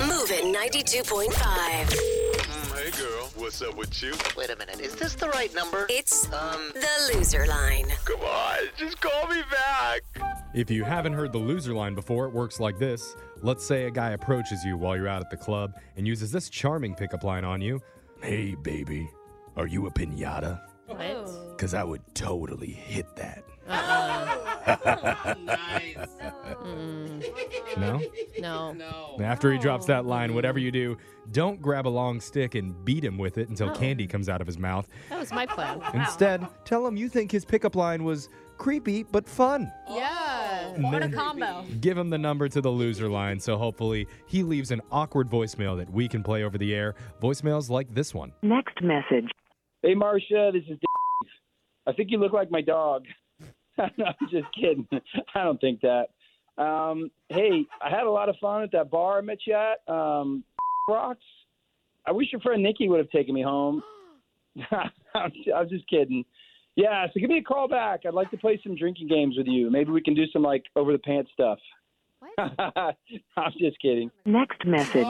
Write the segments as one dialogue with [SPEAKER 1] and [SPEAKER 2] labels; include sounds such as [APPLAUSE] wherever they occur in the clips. [SPEAKER 1] Moving 92.5.
[SPEAKER 2] Mm, hey girl, what's up with you?
[SPEAKER 3] Wait a minute, is this the right number?
[SPEAKER 1] It's
[SPEAKER 3] Um,
[SPEAKER 1] the loser line.
[SPEAKER 2] Come on, Uh, just call me back.
[SPEAKER 4] If you haven't heard the loser line before, it works like this. Let's say a guy approaches you while you're out at the club and uses this charming pickup line on you. Hey, baby, are you a pinata?
[SPEAKER 5] What?
[SPEAKER 4] Because I would totally hit that.
[SPEAKER 5] [LAUGHS]
[SPEAKER 4] No?
[SPEAKER 5] Mm. No.
[SPEAKER 4] After he drops that line, whatever you do, don't grab a long stick and beat him with it until candy comes out of his
[SPEAKER 5] [LAUGHS]
[SPEAKER 4] mouth.
[SPEAKER 5] That was my plan.
[SPEAKER 4] Instead, tell him you think his pickup line was creepy but fun.
[SPEAKER 5] Yeah.
[SPEAKER 4] And then-
[SPEAKER 6] combo.
[SPEAKER 4] Give him the number to the loser line so hopefully he leaves an awkward voicemail that we can play over the air. Voicemails like this one.
[SPEAKER 6] Mm.
[SPEAKER 7] Next message.
[SPEAKER 8] Hey, Marcia, this is Dave. I think you look like my dog. [LAUGHS] I'm just kidding. I don't think that. Um, hey, I had a lot of fun at that bar I met you at. Um, rocks. I wish your friend Nikki would have taken me home. [LAUGHS] I'm, I'm just kidding. Yeah, so give me a call back. I'd like to play some drinking games with you. Maybe we can do some like over the pants stuff. [LAUGHS] I'm just kidding.
[SPEAKER 7] Next message.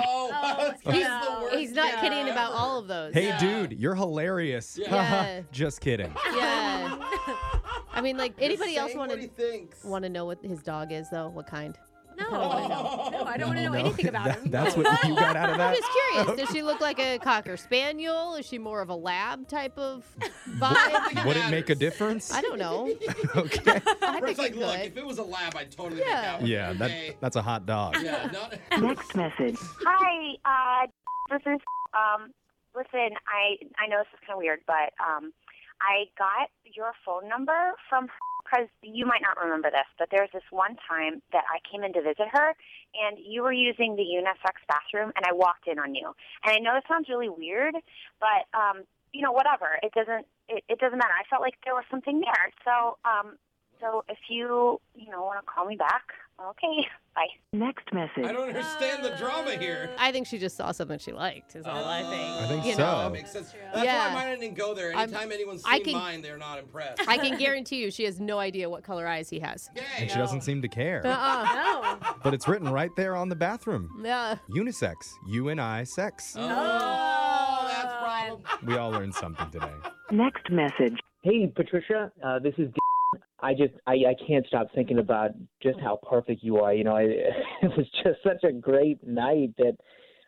[SPEAKER 5] He's, he's not kidding about all of those.
[SPEAKER 4] Hey, dude, you're hilarious.
[SPEAKER 5] Yeah.
[SPEAKER 4] [LAUGHS] Just kidding.
[SPEAKER 6] Oh,
[SPEAKER 5] Yeah. I mean, like anybody else want
[SPEAKER 9] what he
[SPEAKER 5] to
[SPEAKER 9] thinks.
[SPEAKER 5] want to know what his dog is though? What kind?
[SPEAKER 6] No.
[SPEAKER 9] [LAUGHS]
[SPEAKER 6] no, I don't want to know
[SPEAKER 4] Oh, No,
[SPEAKER 6] anything about
[SPEAKER 4] [LAUGHS] that-
[SPEAKER 6] him.
[SPEAKER 4] That's what you got
[SPEAKER 6] [LAUGHS]
[SPEAKER 4] out of
[SPEAKER 5] I'm
[SPEAKER 4] that?
[SPEAKER 5] just curious. Does she look like a cocker spaniel? Is she more of a lab type of vibe?
[SPEAKER 4] Would it make a difference?
[SPEAKER 5] I don't know.
[SPEAKER 4] okay.
[SPEAKER 5] I think
[SPEAKER 9] Brett's like,
[SPEAKER 5] it
[SPEAKER 9] look, if
[SPEAKER 5] could.
[SPEAKER 9] it was a lab, I'd totally
[SPEAKER 5] Yeah.
[SPEAKER 9] make out
[SPEAKER 4] [LAUGHS]
[SPEAKER 9] with
[SPEAKER 4] Yeah,
[SPEAKER 9] you,
[SPEAKER 4] that,
[SPEAKER 9] okay?
[SPEAKER 4] that's a hot dog.
[SPEAKER 5] [LAUGHS]
[SPEAKER 9] Yeah, not-
[SPEAKER 7] Next message.
[SPEAKER 10] Hi, uh, this is um. Listen, I I know this is kind of weird, but um, I got your phone number from [LAUGHS] because you might not remember this, but there was this one time that I came in to visit her, and you were using the unisex bathroom, and I walked in on you. And I know this sounds really weird, but um, you know, whatever. It doesn't it, it doesn't matter. I felt like there was something there. So um, so if you you know want to call me back, okay, bye.
[SPEAKER 7] Next
[SPEAKER 9] I
[SPEAKER 7] message.
[SPEAKER 9] don't understand the drama here. Uh,
[SPEAKER 5] I think she just saw something she liked. Is all I think.
[SPEAKER 4] I think
[SPEAKER 5] You
[SPEAKER 4] so.
[SPEAKER 9] That makes sense. That's
[SPEAKER 5] Yeah.
[SPEAKER 9] why mine didn't go there.
[SPEAKER 5] I'm-
[SPEAKER 9] Anytime anyone's
[SPEAKER 5] I
[SPEAKER 9] seen
[SPEAKER 5] can-
[SPEAKER 9] mine, they're not impressed.
[SPEAKER 5] I can guarantee you, she has no idea what color eyes he has.
[SPEAKER 9] Yay.
[SPEAKER 4] And she doesn't seem to
[SPEAKER 6] uh,
[SPEAKER 4] care.
[SPEAKER 5] Uh-uh.
[SPEAKER 6] No.
[SPEAKER 9] [LAUGHS]
[SPEAKER 4] But it's written right there on the bathroom.
[SPEAKER 5] [LAUGHS] Yeah.
[SPEAKER 4] Unisex. You and I sex.
[SPEAKER 6] Uh.
[SPEAKER 9] Oh, that's problem.
[SPEAKER 4] We all learned something today.
[SPEAKER 7] Next message.
[SPEAKER 11] Hey, Patricia, uh, this is. Dan. I just I, I can't stop thinking about just how perfect you are. You know, I, [LAUGHS] it was just such a great night that.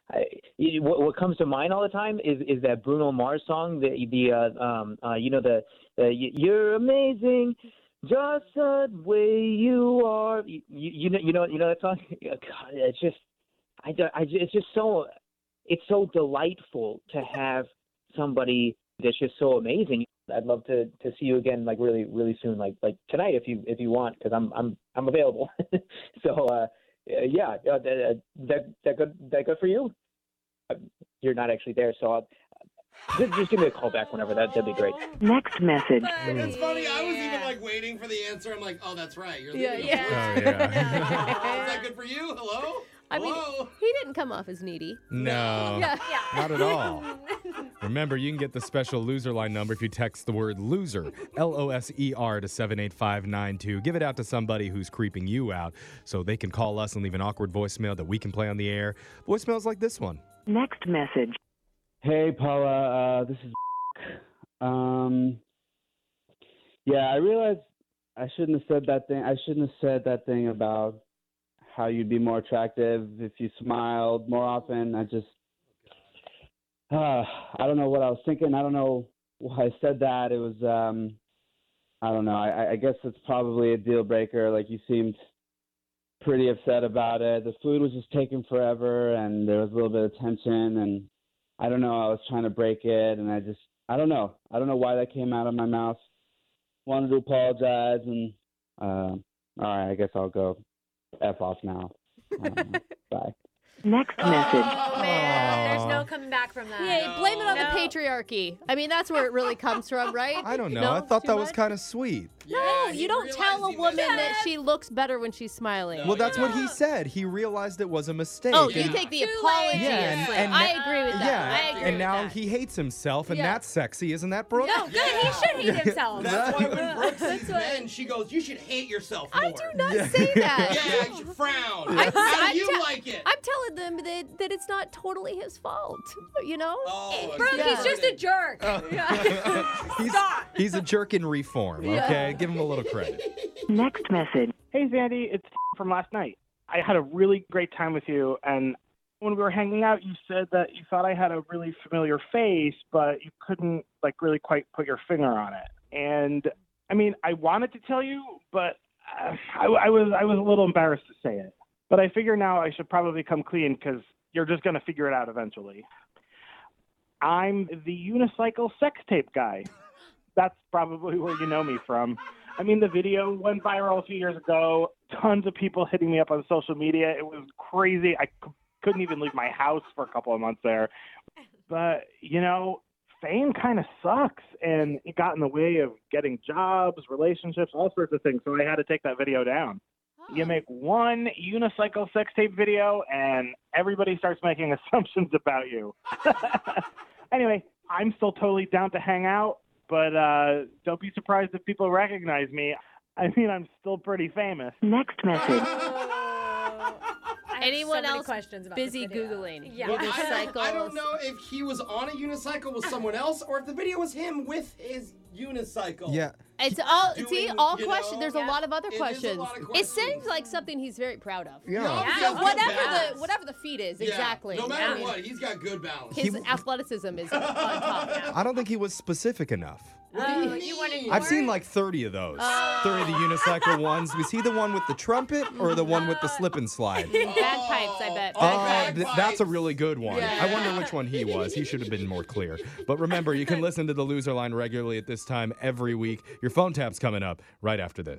[SPEAKER 11] I, it, what, what comes to mind all the time is is that Bruno Mars song, the the uh, um uh you know the uh, you're amazing, just the way you are. You, you know you know you know that song. [LAUGHS] God, it's just I, don't- I it's just so it's so delightful to have somebody that's just so amazing. I'd love to to see you again, like really, really soon, like like tonight, if you if you want, because I'm I'm I'm available. [LAUGHS] so uh, yeah, uh, that that that good that good for you. Uh, You're not actually there, so I'll, just just give me a call back whenever that that'd be great.
[SPEAKER 7] Next message.
[SPEAKER 9] It's funny. I was even like waiting for the answer. I'm like, oh, that's right. You're
[SPEAKER 5] Yeah,
[SPEAKER 9] leaving. a
[SPEAKER 4] Oh,
[SPEAKER 5] yeah. [LAUGHS]
[SPEAKER 9] voice.
[SPEAKER 4] yeah.
[SPEAKER 9] [LAUGHS] Is that good for you? Hello?
[SPEAKER 5] I mean,
[SPEAKER 9] Hello?
[SPEAKER 5] he didn't come off as needy.
[SPEAKER 4] No.
[SPEAKER 5] Yeah.
[SPEAKER 4] Not at all.
[SPEAKER 6] [LAUGHS]
[SPEAKER 4] Remember, you can get the special loser line number if you text the word loser, L O S E R, to 78592. Give it out to somebody who's creeping you out so they can call us and leave an awkward voicemail that we can play on the air. Voicemails like this one.
[SPEAKER 7] Next message.
[SPEAKER 8] Hey Paula, uh, this is. [LAUGHS] Um, yeah, I realized I shouldn't have said that thing. I shouldn't have said that thing about how you'd be more attractive if you smiled more often. I just, uh, I don't know what I was thinking. I don't know why I said that. It was, um, I don't know. I, I- I guess it's probably a deal breaker. Like you seemed pretty upset about it. The food was just taking forever, and there was a little bit of tension and. I don't know. I was trying to break it, and I just I don't know. I don't know why that came out of my mouth. Wanted to apologize, and uh, all right, I guess I'll go f off now. Um, bye.
[SPEAKER 7] Next message.
[SPEAKER 9] [LAUGHS]
[SPEAKER 6] Oh, man. There's
[SPEAKER 4] Aw.
[SPEAKER 6] no coming back
[SPEAKER 1] back from that.
[SPEAKER 5] Yeah, blame it on the patriarchy. I mean, that's where it really comes from, right?
[SPEAKER 4] I don't know. I thought that was kind of sweet.
[SPEAKER 5] No, you don't tell a woman that she looks better when she's smiling.
[SPEAKER 4] well, that's what he said. He realized it was a mistake.
[SPEAKER 5] Oh, you
[SPEAKER 4] and-
[SPEAKER 5] take the apology.
[SPEAKER 4] Yeah,
[SPEAKER 5] as
[SPEAKER 4] and-
[SPEAKER 5] slight.
[SPEAKER 4] and-
[SPEAKER 5] I agree with that. I
[SPEAKER 4] Yeah,
[SPEAKER 5] agree
[SPEAKER 4] and
[SPEAKER 5] with
[SPEAKER 4] now
[SPEAKER 5] that.
[SPEAKER 4] he hates himself, and
[SPEAKER 5] Yeah.
[SPEAKER 4] that's sexy, isn't that, Brooke?
[SPEAKER 1] No, good. He should hate himself.
[SPEAKER 9] That's why when Brooke
[SPEAKER 1] That's
[SPEAKER 9] sees
[SPEAKER 1] why-
[SPEAKER 9] men, she goes, "You should hate yourself more." I do
[SPEAKER 5] not say that.
[SPEAKER 9] yeah,
[SPEAKER 4] [LAUGHS]
[SPEAKER 9] you should frown.
[SPEAKER 5] I'm,
[SPEAKER 9] How
[SPEAKER 5] I'm
[SPEAKER 9] do you
[SPEAKER 5] te-
[SPEAKER 9] like it?
[SPEAKER 5] I'm telling them that, that it's not totally his fault, you know?
[SPEAKER 9] Oh,
[SPEAKER 1] Brooke, he's just a jerk.
[SPEAKER 4] he's, he's a jerk in reform,
[SPEAKER 1] Yeah.
[SPEAKER 4] okay? Give him a little credit.
[SPEAKER 5] [LAUGHS]
[SPEAKER 12] Next message.
[SPEAKER 11] Hey, Zandy, it's from last night. I had a really great time with you, and when we were hanging out, you said that you thought I had a really familiar face, but you couldn't like really quite put your finger on it. And I mean, I wanted to tell you, but uh, I, I was I was a little embarrassed to say it. But I figure now I should probably come clean because you're just gonna figure it out eventually. I'm the unicycle sex tape guy. That's probably where you know me from. I mean, the video went viral a few years ago. Tons of people hitting me up on social media. It was crazy. I c- couldn't even leave my house for a couple of months there. But, you know, fame kind of sucks. And it got in the way of getting jobs, relationships, all sorts of things. So I had to take that video down. You make one unicycle sex tape video, and everybody starts making assumptions about you. anyway, I'm still totally down to hang out, but uh, don't be surprised if people recognize me. I mean, I'm still pretty famous.
[SPEAKER 12] Next message.
[SPEAKER 5] Anyone
[SPEAKER 1] many
[SPEAKER 5] else
[SPEAKER 1] questions about this
[SPEAKER 5] busy
[SPEAKER 1] video.
[SPEAKER 5] Googling?
[SPEAKER 1] Yeah.
[SPEAKER 9] Well, I,
[SPEAKER 5] unicycles.
[SPEAKER 9] I don't know if he was on a unicycle with someone else or if the video was him with his unicycle.
[SPEAKER 4] Yeah.
[SPEAKER 5] It's all
[SPEAKER 9] doing,
[SPEAKER 5] see all
[SPEAKER 9] you
[SPEAKER 5] questions.
[SPEAKER 9] know,
[SPEAKER 5] There's
[SPEAKER 9] yeah.
[SPEAKER 5] a lot of other
[SPEAKER 9] It is a lot
[SPEAKER 5] questions.
[SPEAKER 9] of
[SPEAKER 5] It
[SPEAKER 9] questions.
[SPEAKER 5] seems like something he's very proud of.
[SPEAKER 4] Yeah. Yeah,
[SPEAKER 9] he's
[SPEAKER 5] So
[SPEAKER 9] got good
[SPEAKER 5] whatever
[SPEAKER 9] balance.
[SPEAKER 5] the whatever the feat is,
[SPEAKER 9] Yeah,
[SPEAKER 5] exactly.
[SPEAKER 9] No matter
[SPEAKER 5] I mean,
[SPEAKER 9] what, he's got good balance.
[SPEAKER 5] his athleticism is on top.
[SPEAKER 9] [LAUGHS]
[SPEAKER 4] I don't think he was specific enough.
[SPEAKER 5] Oh, you wanted Oh.
[SPEAKER 4] I've seen like 30 of those. 30 of the
[SPEAKER 5] [LAUGHS]
[SPEAKER 4] unicycle ones. Was he the one with the trumpet or the one with the slip and
[SPEAKER 5] [LAUGHS]
[SPEAKER 4] slide?
[SPEAKER 9] Oh.
[SPEAKER 5] bagpipes, I bet.
[SPEAKER 4] Oh,
[SPEAKER 5] Bagpipes.
[SPEAKER 4] th- that's a really good one. I wonder
[SPEAKER 5] Yeah.
[SPEAKER 4] which one he was. He should have been more clear. But remember, you can listen to the loser line regularly at this time every week. Your phone tap's coming up right after this.